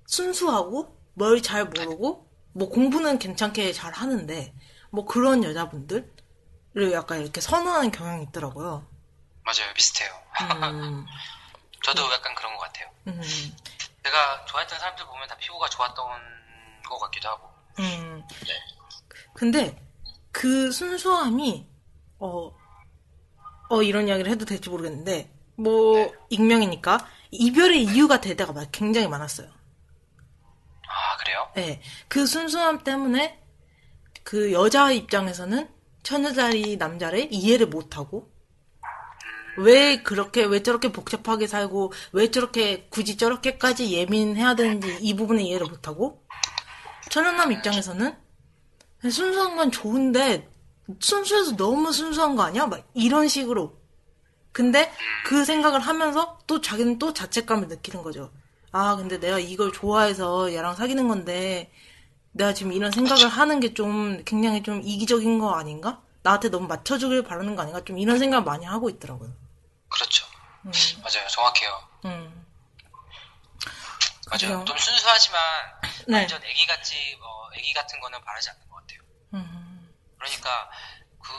[SPEAKER 2] 순수하고 뭘 잘 모르고 뭐 공부는 괜찮게 잘 하는데 뭐 그런 여자분들을 약간 이렇게 선호하는 경향이 있더라고요.
[SPEAKER 3] 맞아요 비슷해요
[SPEAKER 2] 음, 예.
[SPEAKER 3] 저도 약간 그런 것 같아요
[SPEAKER 2] 음,
[SPEAKER 3] 제가 좋아했던 사람들 보면 다 피부가 좋았던 것 같기도 하고
[SPEAKER 2] 음.
[SPEAKER 3] 네.
[SPEAKER 2] 근데 그 순수함이 어, 어 이런 이야기를 해도 될지 모르겠는데 뭐
[SPEAKER 3] 네.
[SPEAKER 2] 익명이니까 이별의 이유가 될 때가 막 굉장히 많았어요.
[SPEAKER 3] 아 그래요
[SPEAKER 2] 네, 그 순수함 때문에 그 여자 입장에서는 처녀자리 남자를 이해를 못하고 왜 그렇게 왜 저렇게 복잡하게 살고 왜 저렇게 굳이 저렇게까지 예민해야 되는지 이 부분에 이해를 못하고 처녀남 입장에서는 순수한 건 좋은데 순수해서 너무 순수한 거 아니야? 막 이런 식으로 근데 그 생각을 하면서 또 자기는 또 자책감을 느끼는 거죠. 아, 근데 내가 이걸 좋아해서 얘랑 사귀는 건데 내가 지금 이런 생각을 하는 게 좀 굉장히 좀 이기적인 거 아닌가? 나한테 너무 맞춰주길 바라는 거 아닌가? 좀 이런 생각을 많이 하고 있더라고요.
[SPEAKER 3] 그렇죠 맞아요 정확해요
[SPEAKER 2] 음.
[SPEAKER 3] 맞아요
[SPEAKER 2] 그래요?
[SPEAKER 3] 좀 순수하지만
[SPEAKER 2] 네.
[SPEAKER 3] 완전 애기같이 어, 애기 같은 거는 바라지 않는 것 같아요
[SPEAKER 2] 음.
[SPEAKER 3] 그러니까 그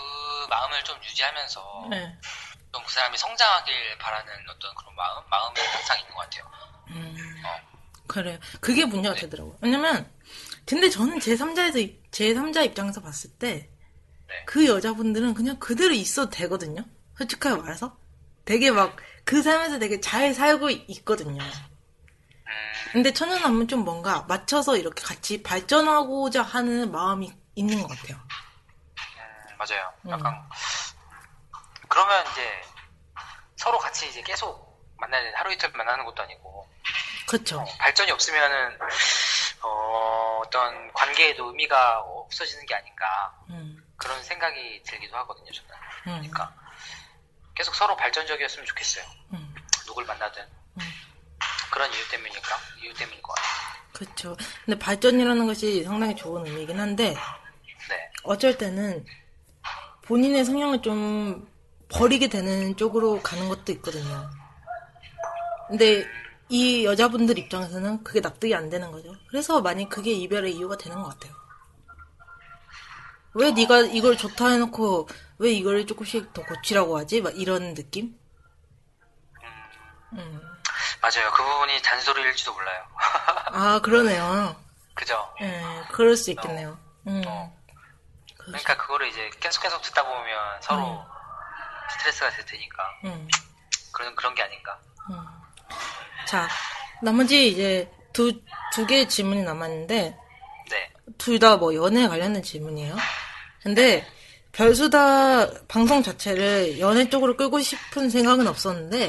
[SPEAKER 3] 마음을 좀 유지하면서
[SPEAKER 2] 네.
[SPEAKER 3] 좀 그 사람이 성장하길 바라는 어떤 그런 마음, 마음이 항상 있는 것 같아요.
[SPEAKER 2] 음.
[SPEAKER 3] 어,
[SPEAKER 2] 그래요. 그게 문제가
[SPEAKER 3] 네.
[SPEAKER 2] 되더라고요. 왜냐면, 근데 저는 제3자에서, 제3자 입장에서 봤을 때,
[SPEAKER 3] 네.
[SPEAKER 2] 그 여자분들은 그냥 그대로 있어도 되거든요. 솔직하게 말해서. 되게 막, 그 삶에서 되게 잘 살고 있거든요.
[SPEAKER 3] 음,
[SPEAKER 2] 근데 천연남은 좀 뭔가 맞춰서 이렇게 같이 발전하고자 하는 마음이 있는 것 같아요.
[SPEAKER 3] 음, 맞아요.
[SPEAKER 2] 네.
[SPEAKER 3] 약간 그러면 이제 서로 같이 이제 계속 만나야 되는 하루 이틀 만나는 것도 아니고
[SPEAKER 2] 그쵸.
[SPEAKER 3] 발전이 없으면은 어, 어떤 관계에도 의미가 없어지는 게 아닌가
[SPEAKER 2] 음,
[SPEAKER 3] 그런 생각이 들기도 하거든요. 저는
[SPEAKER 2] 음,
[SPEAKER 3] 그러니까 계속 서로 발전적이었으면 좋겠어요.
[SPEAKER 2] 음,
[SPEAKER 3] 누굴 만나든
[SPEAKER 2] 음.
[SPEAKER 3] 그런 이유 때문이니까 이유 때문인 것 같아요.
[SPEAKER 2] 그쵸. 근데 발전이라는 것이 상당히 좋은 의미이긴 한데,
[SPEAKER 3] 네,
[SPEAKER 2] 어쩔 때는 본인의 성향을 좀 버리게 되는 쪽으로 가는 것도 있거든요. 근데 이 여자분들 입장에서는 그게 납득이 안 되는 거죠. 그래서 많이 그게 이별의 이유가 되는 것 같아요. 왜 네가 이걸 좋다 해놓고 왜 이걸 조금씩 더 고치라고 하지? 막 이런 느낌? 음.
[SPEAKER 3] 맞아요. 그 부분이 잔소리일지도 몰라요.
[SPEAKER 2] 아 그러네요.
[SPEAKER 3] 그죠?
[SPEAKER 2] 예, 그럴 수 있겠네요. 그렇죠. 음.
[SPEAKER 3] 어.
[SPEAKER 2] 그럴 수-
[SPEAKER 3] 그러니까 그거를 이제 계속 계속 듣다 보면 서로 스트레스가 될 테니까
[SPEAKER 2] 음.
[SPEAKER 3] 그런 그런 게 아닌가.
[SPEAKER 2] 음. 자, 나머지 이제 두, 두 개의 질문이 남았는데,
[SPEAKER 3] 네.
[SPEAKER 2] 둘 다 뭐 연애에 관련된 질문이에요. 근데, 별수다 방송 자체를 연애 쪽으로 끌고 싶은 생각은 없었는데,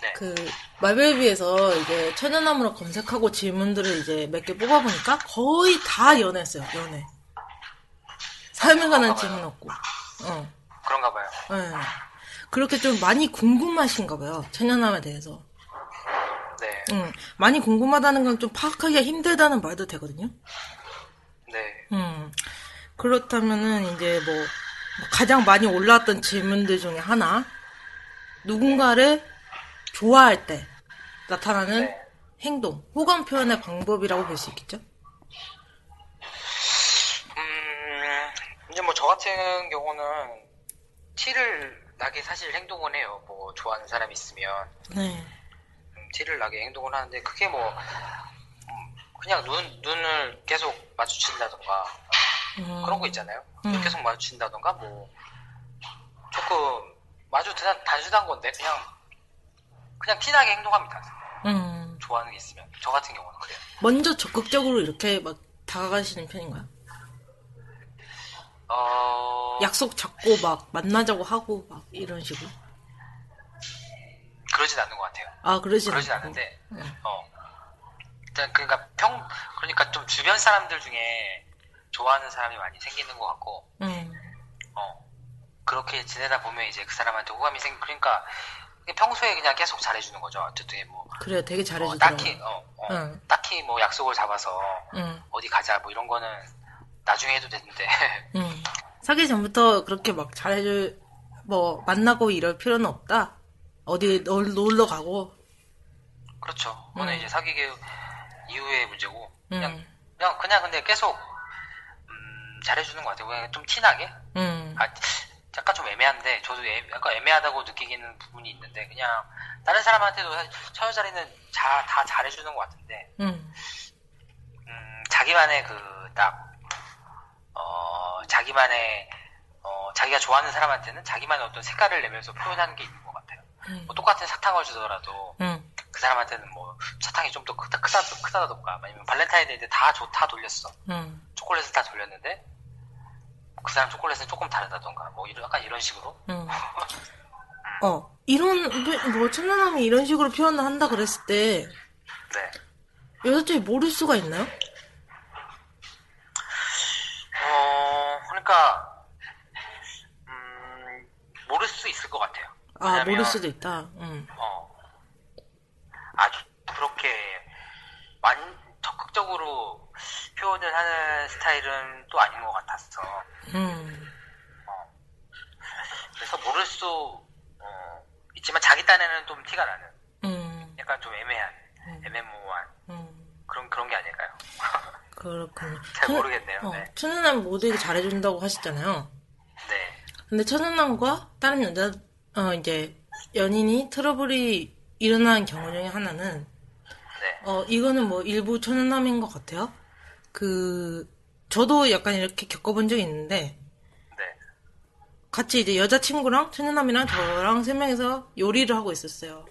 [SPEAKER 3] 네.
[SPEAKER 2] 그, 말벨비에서 이제 천연함으로 검색하고 질문들을 이제 몇 개 뽑아보니까 거의 다 연애했어요, 연애. 삶에 관한 질문 없고. 어.
[SPEAKER 3] 그런가 봐요.
[SPEAKER 2] 예. 그렇게 좀 많이 궁금하신가 봐요, 천연함에 대해서.
[SPEAKER 3] 네.
[SPEAKER 2] 음, 많이 궁금하다는 건 좀 파악하기가 힘들다는 말도 되거든요.
[SPEAKER 3] 네.
[SPEAKER 2] 음, 그렇다면은 이제 뭐 가장 많이 올라왔던 질문들 중에 하나, 누군가를 좋아할 때 나타나는
[SPEAKER 3] 네.
[SPEAKER 2] 행동, 호감 표현의 방법이라고 볼 수 있겠죠?
[SPEAKER 3] 음, 이제 뭐 저 같은 경우는 티를 나게 사실 행동은 해요. 뭐 좋아하는 사람이 있으면
[SPEAKER 2] 네.
[SPEAKER 3] 음, 티를 나게 행동을 하는데 그게 뭐 음, 그냥 눈 눈을 계속 마주친다던가
[SPEAKER 2] 음,
[SPEAKER 3] 그런 거 있잖아요.
[SPEAKER 2] 음.
[SPEAKER 3] 계속 마주친다던가 뭐 조금 마주 그냥 단순한 건데 그냥 그냥 티나게 행동합니다.
[SPEAKER 2] 음,
[SPEAKER 3] 좋아하는 게 있으면 저 같은 경우는 그래요.
[SPEAKER 2] 먼저 적극적으로 이렇게 막 다가가시는 편인가요?
[SPEAKER 3] 어
[SPEAKER 2] 약속 잡고 막 만나자고 하고 막 이런 식으로?
[SPEAKER 3] 그러진 않는 것 같아요.
[SPEAKER 2] 아, 그러진
[SPEAKER 3] 그러진
[SPEAKER 2] 않고.
[SPEAKER 3] 않는데
[SPEAKER 2] 음.
[SPEAKER 3] 어 일단 그러니까 평 그러니까 좀 주변 사람들 중에 좋아하는 사람이 많이 생기는 것 같고
[SPEAKER 2] 음.
[SPEAKER 3] 어 그렇게 지내다 보면 이제 그 사람한테 호감이 생기 그러니까 평소에 그냥 계속 잘해주는 거죠. 어쨌든 뭐
[SPEAKER 2] 그래요, 되게
[SPEAKER 3] 어,
[SPEAKER 2] 잘해주더라고요.
[SPEAKER 3] 딱히 어, 어,
[SPEAKER 2] 응.
[SPEAKER 3] 딱히 뭐 약속을 잡아서
[SPEAKER 2] 응,
[SPEAKER 3] 어디 가자 뭐 이런 거는 나중에 해도 되는데
[SPEAKER 2] 응. 네. 사귀기 전부터 그렇게 막 잘해줄, 뭐, 만나고 이럴 필요는 없다? 어디 놀, 놀러 가고?
[SPEAKER 3] 그렇죠. 그거는
[SPEAKER 2] 음.
[SPEAKER 3] 이제 사귀기 이후의 문제고 그냥
[SPEAKER 2] 응,
[SPEAKER 3] 그냥 그냥 근데 계속 음, 잘해주는 것 같아요. 그냥 좀 티나게
[SPEAKER 2] 응,
[SPEAKER 3] 아, 약간 좀 애매한데, 저도 애, 약간 애매하다고 느끼기는 부분이 있는데, 그냥, 다른 사람한테도 처녀자리는 자, 다 잘해주는 것 같은데,
[SPEAKER 2] 응,
[SPEAKER 3] 음, 자기만의 그, 딱, 어, 자기만의, 어, 자기가 좋아하는 사람한테는 자기만의 어떤 색깔을 내면서 표현하는 게 있는 것 같아요.
[SPEAKER 2] 응,
[SPEAKER 3] 뭐 똑같은 사탕을 주더라도,
[SPEAKER 2] 응,
[SPEAKER 3] 그 사람한테는 뭐, 사탕이 좀 더 크다, 크다, 크다던가, 아니면 발렌타인데이 때다 좋다 돌렸어.
[SPEAKER 2] 응,
[SPEAKER 3] 초콜릿을 다 돌렸는데, 그 사람 초콜릿은 조금 다르다던가, 뭐, 이런, 약간 이런 식으로.
[SPEAKER 2] 응. 어, 이런, 표- 뭐, 천연함이 이런 식으로 표현을 한다 그랬을 때,
[SPEAKER 3] 네.
[SPEAKER 2] 여자친구이 모를 수가 있나요?
[SPEAKER 3] 어, 그러니까, 음, 모를 수 있을 것 같아요.
[SPEAKER 2] 아,
[SPEAKER 3] 왜냐면,
[SPEAKER 2] 모를 수도 있다. 응,
[SPEAKER 3] 어, 아주 그렇게, 많이, 적극적으로 표현을 하는 스타일은 또 아닌 것 같았어.
[SPEAKER 2] 응,
[SPEAKER 3] 그래서 모를 수, 어, 있지만 자기 딴에는 좀 티가 나는,
[SPEAKER 2] 응,
[SPEAKER 3] 약간 좀 애매한, 애매모호한,
[SPEAKER 2] 응.
[SPEAKER 3] 그런, 그런 게 아닐까요?
[SPEAKER 2] 그렇군요.
[SPEAKER 3] 잘 모르겠네요.
[SPEAKER 2] 어,
[SPEAKER 3] 네.
[SPEAKER 2] 천연함 모두에게 잘해준다고 하시잖아요.
[SPEAKER 3] 네.
[SPEAKER 2] 근데 천연남과 다른 여자 어 이제 연인이 트러블이 일어난 경우 중에 하나는
[SPEAKER 3] 네.
[SPEAKER 2] 어 이거는 뭐 일부 천연남인 것 같아요. 그 저도 약간 이렇게 겪어본 적이 있는데
[SPEAKER 3] 네.
[SPEAKER 2] 같이 이제 여자친구랑 천연남이랑 저랑 세 명이서 요리를 하고 있었어요.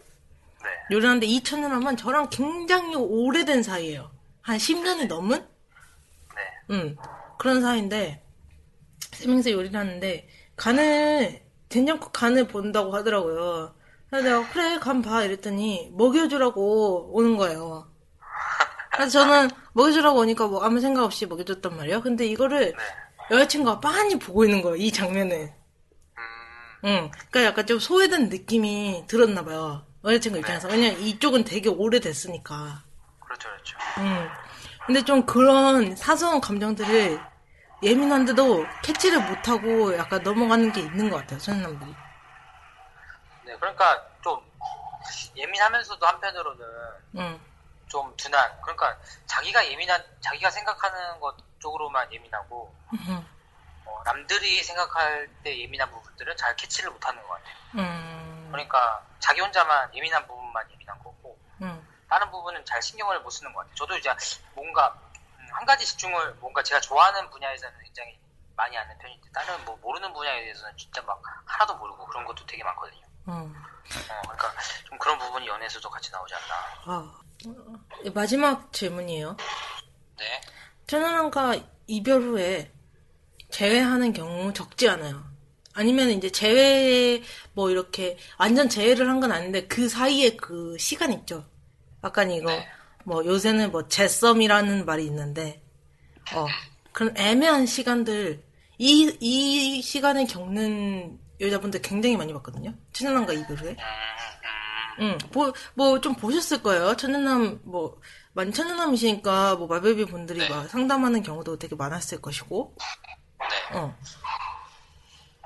[SPEAKER 3] 네.
[SPEAKER 2] 요리하는데 이 천연남은 저랑 굉장히 오래된 사이예요. 한 10년이 넘은
[SPEAKER 3] 네.
[SPEAKER 2] 응. 그런 사이인데, 세명이서 요리를 하는데, 간을, 된장국 간을 본다고 하더라고요. 그래서 내가, 그래, 간 봐. 이랬더니, 먹여주라고 오는 거예요. 그래서 저는 먹여주라고 오니까 뭐 아무 생각 없이 먹여줬단 말이에요. 근데 이거를
[SPEAKER 3] 네.
[SPEAKER 2] 여자친구가 빤히 보고 있는 거예요, 이 장면을.
[SPEAKER 3] 음,
[SPEAKER 2] 응. 그러니까 약간 좀 소외된 느낌이 들었나 봐요. 여자친구 입장에서. 왜냐면 이쪽은 되게 오래됐으니까.
[SPEAKER 3] 그렇죠, 그렇죠.
[SPEAKER 2] 음. 근데 좀 그런 사소한 감정들을 예민한데도 캐치를 못하고 약간 넘어가는 게 있는 것 같아요, 천남들이.
[SPEAKER 3] 네, 그러니까 좀 예민하면서도 한편으로는
[SPEAKER 2] 응,
[SPEAKER 3] 좀 둔한, 그러니까 자기가 예민한, 자기가 생각하는 것 쪽으로만 예민하고,
[SPEAKER 2] 응,
[SPEAKER 3] 어, 남들이 생각할 때 예민한 부분들은 잘 캐치를 못하는 것 같아요.
[SPEAKER 2] 음,
[SPEAKER 3] 그러니까 자기 혼자만 예민한 부분만 예민한 거고
[SPEAKER 2] 음,
[SPEAKER 3] 다른 부분은 잘 신경을 못 쓰는 것 같아요. 저도 이제 뭔가 음, 한 가지 집중을 뭔가 제가 좋아하는 분야에서는 굉장히 많이 하는 편인데 다른 뭐 모르는 분야에 대해서는 진짜 막 하나도 모르고 그런 것도 되게 많거든요.
[SPEAKER 2] 음.
[SPEAKER 3] 어, 그러니까 좀 그런 부분이 연애에서도 같이 나오지 않나.
[SPEAKER 2] 아. 마지막 질문이에요.
[SPEAKER 3] 네.
[SPEAKER 2] 천연왕과 이별 후에 재회하는 경우 적지 않아요. 아니면 이제 재회에 뭐 이렇게 완전 재회를 한 건 아닌데 그 사이에 그 시간 있죠. 약간 이거
[SPEAKER 3] 네.
[SPEAKER 2] 뭐 요새는 뭐 재썸이라는 말이 있는데 어 그런 애매한 시간들 이 이 시간을 겪는 여자분들 굉장히 많이 봤거든요. 천연왕과 이별 후에.
[SPEAKER 3] 음, 음.
[SPEAKER 2] 응, 뭐, 뭐, 좀 보셨을 거예요. 천연남, 뭐, 많이 천연남이시니까, 뭐, 마베비 분들이
[SPEAKER 3] 네.
[SPEAKER 2] 막 상담하는 경우도 되게 많았을 것이고,
[SPEAKER 3] 네. 아,
[SPEAKER 2] 어.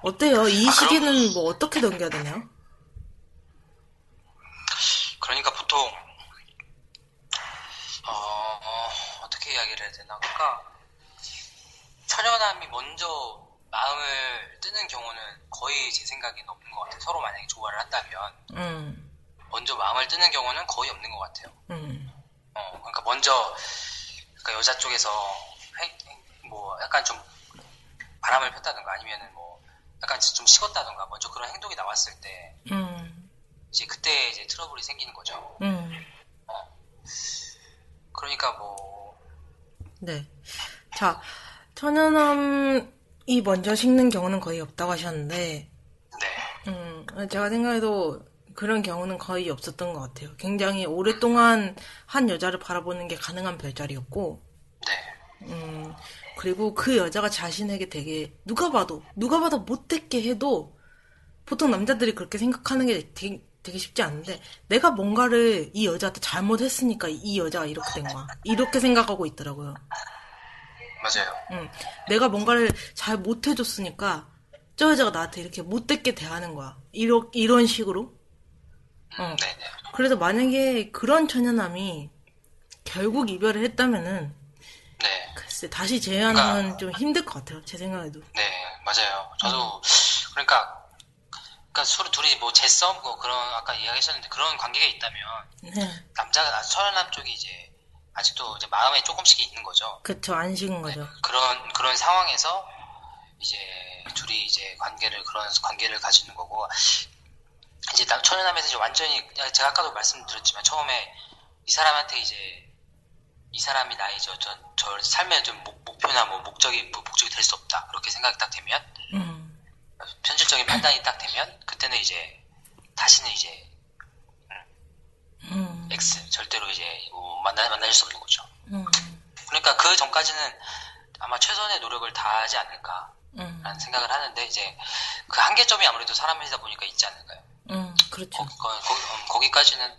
[SPEAKER 2] 어때요? 이 시기는 뭐, 어떻게 넘겨야 되나요?
[SPEAKER 3] 그러니까 보통 어, 어, 떻게 이야기를 해야 되나? 그러니까 처녀남이 먼저 마음을 뜨는 경우는 거의 제 생각엔 없는 것 같아요. 서로 만약에 조화를 한다면
[SPEAKER 2] 응,
[SPEAKER 3] 먼저 마음을 뜨는 경우는 거의 없는 것 같아요.
[SPEAKER 2] 응,
[SPEAKER 3] 어, 그러니까 먼저 그러니까 여자 쪽에서 해- 뭐 약간 좀 바람을 폈다든가 아니면은 뭐 약간 좀 식었다든가 먼저 그런 행동이 나왔을 때
[SPEAKER 2] 응,
[SPEAKER 3] 이제 그때 이제 트러블이 생기는 거죠.
[SPEAKER 2] 응.
[SPEAKER 3] 그러니까 뭐
[SPEAKER 2] 네. 자, 천연남이 먼저 식는 경우는 거의 없다고 하셨는데,
[SPEAKER 3] 네.
[SPEAKER 2] 음, 제가 생각해도 그런 경우는 거의 없었던 것 같아요. 굉장히 오랫동안 한 여자를 바라보는 게 가능한 별자리였고,
[SPEAKER 3] 네.
[SPEAKER 2] 음, 그리고 그 여자가 자신에게 되게 누가 봐도 누가 봐도 못됐게 해도 보통 남자들이 그렇게 생각하는 게 되게, 되게 쉽지 않은데 내가 뭔가를 이 여자한테 잘못했으니까 이 여자가 이렇게 된 거야 이렇게 생각하고 있더라고요.
[SPEAKER 3] 맞아요.
[SPEAKER 2] 음, 내가 뭔가를 잘 못해줬으니까 저 여자가 나한테 이렇게 못됐게 대하는 거야 이러, 이런 식으로 어.
[SPEAKER 3] 네네.
[SPEAKER 2] 그래서 만약에 그런 처녀남이 결국 이별을 했다면은
[SPEAKER 3] 네.
[SPEAKER 2] 글쎄 다시 재회하는 건 좀 힘들 것 같아요 제 생각에도
[SPEAKER 3] 네. 맞아요. 저도 그러니까 그러니까 서로 둘이 뭐 재썸 뭐 그런 아까 이야기하셨는데 그런 관계가 있다면
[SPEAKER 2] 네
[SPEAKER 3] 남자가 아, 서른남 쪽이 이제 아직도 이제 마음에 조금씩 있는 거죠.
[SPEAKER 2] 그쵸 안 식은 거죠
[SPEAKER 3] 그런 그런 상황에서 이제 둘이 이제 관계를 그런 관계를 가지는 거고 이제 남 천연함에서 이제 완전히 그냥 제가 아까도 말씀드렸지만 처음에 이 사람한테 이제 이 사람이 나의 저저 저 삶의 좀 목, 목표나 뭐 목적이 뭐 목적이 될 수 없다 그렇게 생각이 딱 되면
[SPEAKER 2] 음,
[SPEAKER 3] 현실적인 판단이 딱 되면 그때는 이제 다시는 이제
[SPEAKER 2] 음,
[SPEAKER 3] X 절대로 이제 뭐 만나 만날 수 없는 거죠.
[SPEAKER 2] 음,
[SPEAKER 3] 그러니까 그 전까지는 아마 최선의 노력을 다하지 않을까
[SPEAKER 2] 음,
[SPEAKER 3] 라는 생각을 하는데 이제 그 한계점이 아무래도 사람이다 보니까 있지 않을까요?
[SPEAKER 2] 음, 그렇죠
[SPEAKER 3] 거기, 음, 거, 기까지는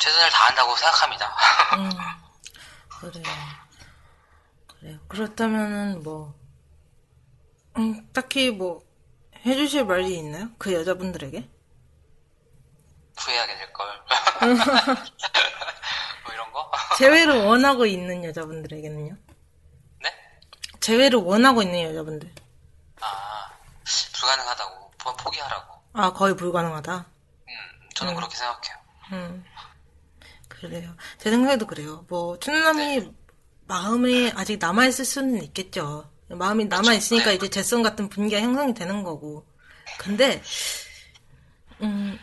[SPEAKER 3] 최선을 다한다고 생각합니다.
[SPEAKER 2] 음, 그래요 그래요 그렇다면은 뭐 음, 딱히 뭐 해주실 말이 있나요 그 여자분들에게
[SPEAKER 3] 후회하게 될 걸. 뭐 이런 거?
[SPEAKER 2] 재회를 원하고 있는 여자분들에게는요
[SPEAKER 3] 네?
[SPEAKER 2] 재회를 원하고 있는 여자분들
[SPEAKER 3] 아 불가능하다고 포- 포기하라고.
[SPEAKER 2] 아 거의 불가능하다
[SPEAKER 3] 음 저는 그렇게 생각해요.
[SPEAKER 2] 음, 그래요. 제 생각에도 그래요. 뭐, 춘남이 마음이 아직 남아있을 수는 있겠죠. 마음이 남아있으니까
[SPEAKER 3] 네.
[SPEAKER 2] 이제 재성 같은 분기가 형성이 되는 거고. 근데, 음,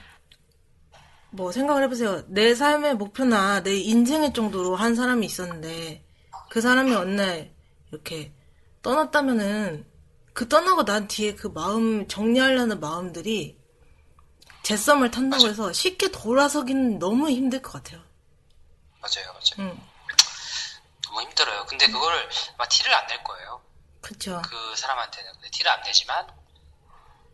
[SPEAKER 2] 뭐, 생각을 해보세요. 내 삶의 목표나 내 인생의 정도로 한 사람이 있었는데, 그 사람이 어느 날 이렇게 떠났다면은, 그 떠나고 난 뒤에 그 마음, 정리하려는 마음들이 제썸을 탄다고 해서 쉽게 돌아서기는 너무 힘들 것 같아요.
[SPEAKER 3] 맞아요, 맞아요.
[SPEAKER 2] 응,
[SPEAKER 3] 너무 힘들어요. 근데 그거를 아마 티를 안 낼 거예요.
[SPEAKER 2] 그쵸.
[SPEAKER 3] 그 사람한테는 근데 티를 안 내지만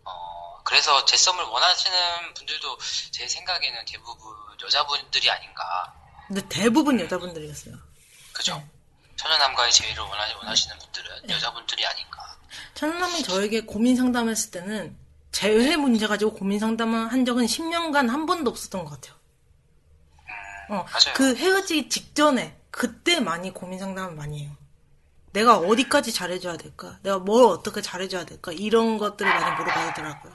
[SPEAKER 3] 어 그래서 제썸을 원하시는 분들도 제 생각에는 대부분 여자분들이 아닌가
[SPEAKER 2] 근데 대부분 여자분들이었어요.
[SPEAKER 3] 그죠
[SPEAKER 2] 네.
[SPEAKER 3] 천연함과의 제의를 원하, 원하시는 분들은 여자분들이 아닌가
[SPEAKER 2] 천남은 저에게 고민 상담했을 때는 재회 문제 가지고 고민 상담을 한 적은 10년간 한 번도 없었던 것 같아요. 어,
[SPEAKER 3] 맞아요.
[SPEAKER 2] 그 헤어지기 직전에 그때 많이 고민 상담을 많이 해요. 내가 어디까지 잘해줘야 될까? 내가 뭘 어떻게 잘해줘야 될까? 이런 것들을 많이 물어봐더라고요.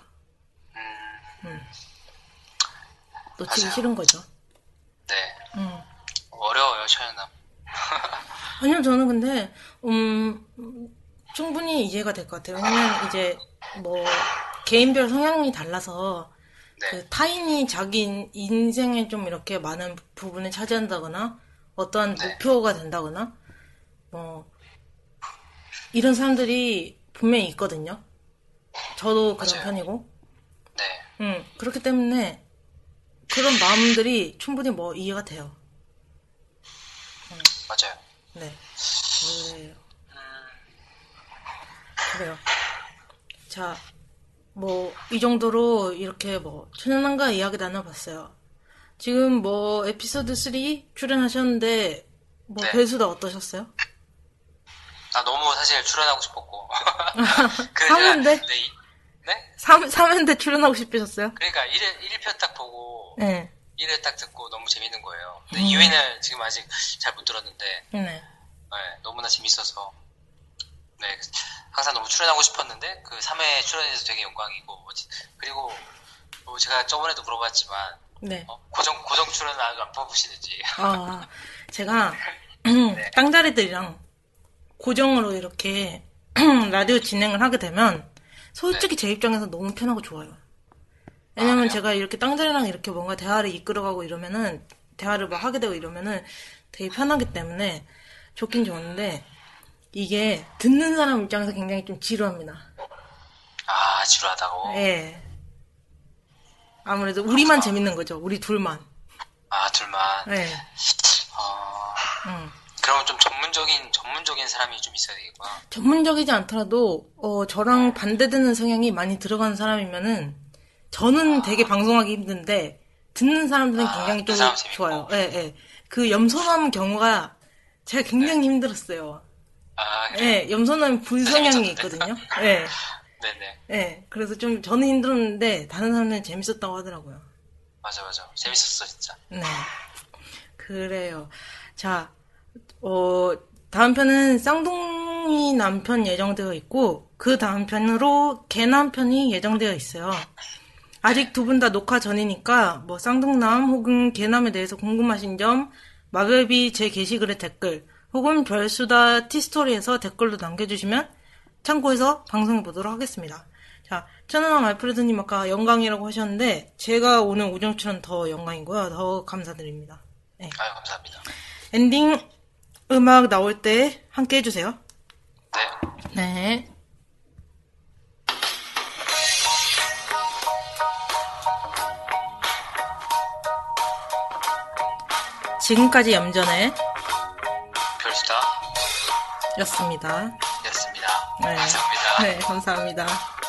[SPEAKER 2] 음. 놓치기
[SPEAKER 3] 맞아요.
[SPEAKER 2] 싫은 거죠.
[SPEAKER 3] 네.
[SPEAKER 2] 음.
[SPEAKER 3] 어려워요, 처연함.
[SPEAKER 2] 아니요, 저는 근데, 음, 충분히 이해가 될 것 같아요. 왜냐면 이제, 뭐, 개인별 성향이 달라서,
[SPEAKER 3] 네.
[SPEAKER 2] 그 타인이 자기 인- 인생에 좀 이렇게 많은 부분을 차지한다거나, 어떠한
[SPEAKER 3] 네.
[SPEAKER 2] 목표가 된다거나, 뭐, 이런 사람들이 분명히 있거든요. 저도 그런
[SPEAKER 3] 맞아요.
[SPEAKER 2] 편이고.
[SPEAKER 3] 네.
[SPEAKER 2] 음, 그렇기 때문에, 그런 마음들이 충분히 뭐, 이해가 돼요.
[SPEAKER 3] 맞아요.
[SPEAKER 2] 네. 그래요. 그래요. 자, 뭐, 이 정도로 이렇게 뭐, 천연한가 이야기 나눠봤어요. 지금 뭐, 에피소드 3 출연하셨는데, 뭐,
[SPEAKER 3] 네.
[SPEAKER 2] 별수다 어떠셨어요?
[SPEAKER 3] 나 너무 사실 출연하고 싶었고. 그
[SPEAKER 2] 사는데?
[SPEAKER 3] 제가- 네. 이- 네?
[SPEAKER 2] 3, 3회인데 출연하고 싶으셨어요?
[SPEAKER 3] 그러니까 1회, 1편 딱 보고,
[SPEAKER 2] 네.
[SPEAKER 3] 1회 딱 듣고 너무 재밌는 거예요.
[SPEAKER 2] 음.
[SPEAKER 3] 근데 2회는 지금 아직 잘 못 들었는데,
[SPEAKER 2] 네.
[SPEAKER 3] 네, 너무나 재밌어서. 네, 항상 너무 출연하고 싶었는데, 그 3회에 출연해서 되게 영광이고, 어찌- 그리고 뭐 제가 저번에도 물어봤지만,
[SPEAKER 2] 네.
[SPEAKER 3] 어, 고정, 고정 출연은 아직 안 뽑으시는지.
[SPEAKER 2] 아, 제가,
[SPEAKER 3] 네.
[SPEAKER 2] 땅자리들이랑 고정으로 이렇게 라디오 진행을 하게 되면, 솔직히 제 입장에서 너무 편하고 좋아요. 왜냐면
[SPEAKER 3] 네. 그래요?
[SPEAKER 2] 제가 이렇게 땅자리랑 이렇게 뭔가 대화를 이끌어가고 이러면은, 대화를 막 하게 되고 이러면은 되게 편하기 때문에 좋긴 좋은데, 이게 듣는 사람 입장에서 굉장히 좀 지루합니다.
[SPEAKER 3] 아, 지루하다고.
[SPEAKER 2] 예. 아무래도
[SPEAKER 3] 그렇죠.
[SPEAKER 2] 우리만 재밌는 거죠. 우리 둘만.
[SPEAKER 3] 아, 둘만.
[SPEAKER 2] 예.
[SPEAKER 3] 어,
[SPEAKER 2] 음.
[SPEAKER 3] 그럼 좀 전문적인, 전문적인 사람이 좀 있어야 되겠구나.
[SPEAKER 2] 전문적이지 않더라도 어, 저랑 반대되는 성향이 많이 들어가는 사람이면은 저는 되게 방송하기 힘든데 듣는 사람들은
[SPEAKER 3] 아,
[SPEAKER 2] 굉장히
[SPEAKER 3] 그
[SPEAKER 2] 좀
[SPEAKER 3] 사람 재밌고.
[SPEAKER 2] 좋아요. 예, 예. 그 염소남 경우가 제가 굉장히 힘들었어요.
[SPEAKER 3] 네. 아, 그래.
[SPEAKER 2] 예, 염소남 불성향이 있거든요. 예.
[SPEAKER 3] 네네.
[SPEAKER 2] 예. 그래서 좀 저는 힘들었는데 다른 사람들은 재밌었다고 하더라고요.
[SPEAKER 3] 맞아, 맞아. 재밌었어, 진짜.
[SPEAKER 2] 네. 그래요. 자, 어, 다음 편은 쌍둥이 남편 예정되어 있고, 그 다음 편으로 개 남편이 예정되어 있어요. 아직 두 분 다 녹화 전이니까, 뭐, 쌍둥남 혹은 개남에 대해서 궁금하신 점, 마벨비 제 게시글에 댓글, 혹은 별수다 티스토리에서 댓글로 남겨주시면 참고해서 방송해 보도록 하겠습니다. 자, 천안함 알프레드님 아까 영광이라고 하셨는데, 제가 오는 우정출연 더 영광이고요. 더 감사드립니다. 네.
[SPEAKER 3] 아유, 감사합니다.
[SPEAKER 2] 엔딩 음악 나올 때 함께 해주세요.
[SPEAKER 3] 네.
[SPEAKER 2] 네. 지금까지 염전의
[SPEAKER 3] 별수다.
[SPEAKER 2] 였습니다.
[SPEAKER 3] 였습니다.
[SPEAKER 2] 네.
[SPEAKER 3] 감사합니다.
[SPEAKER 2] 네, 감사합니다.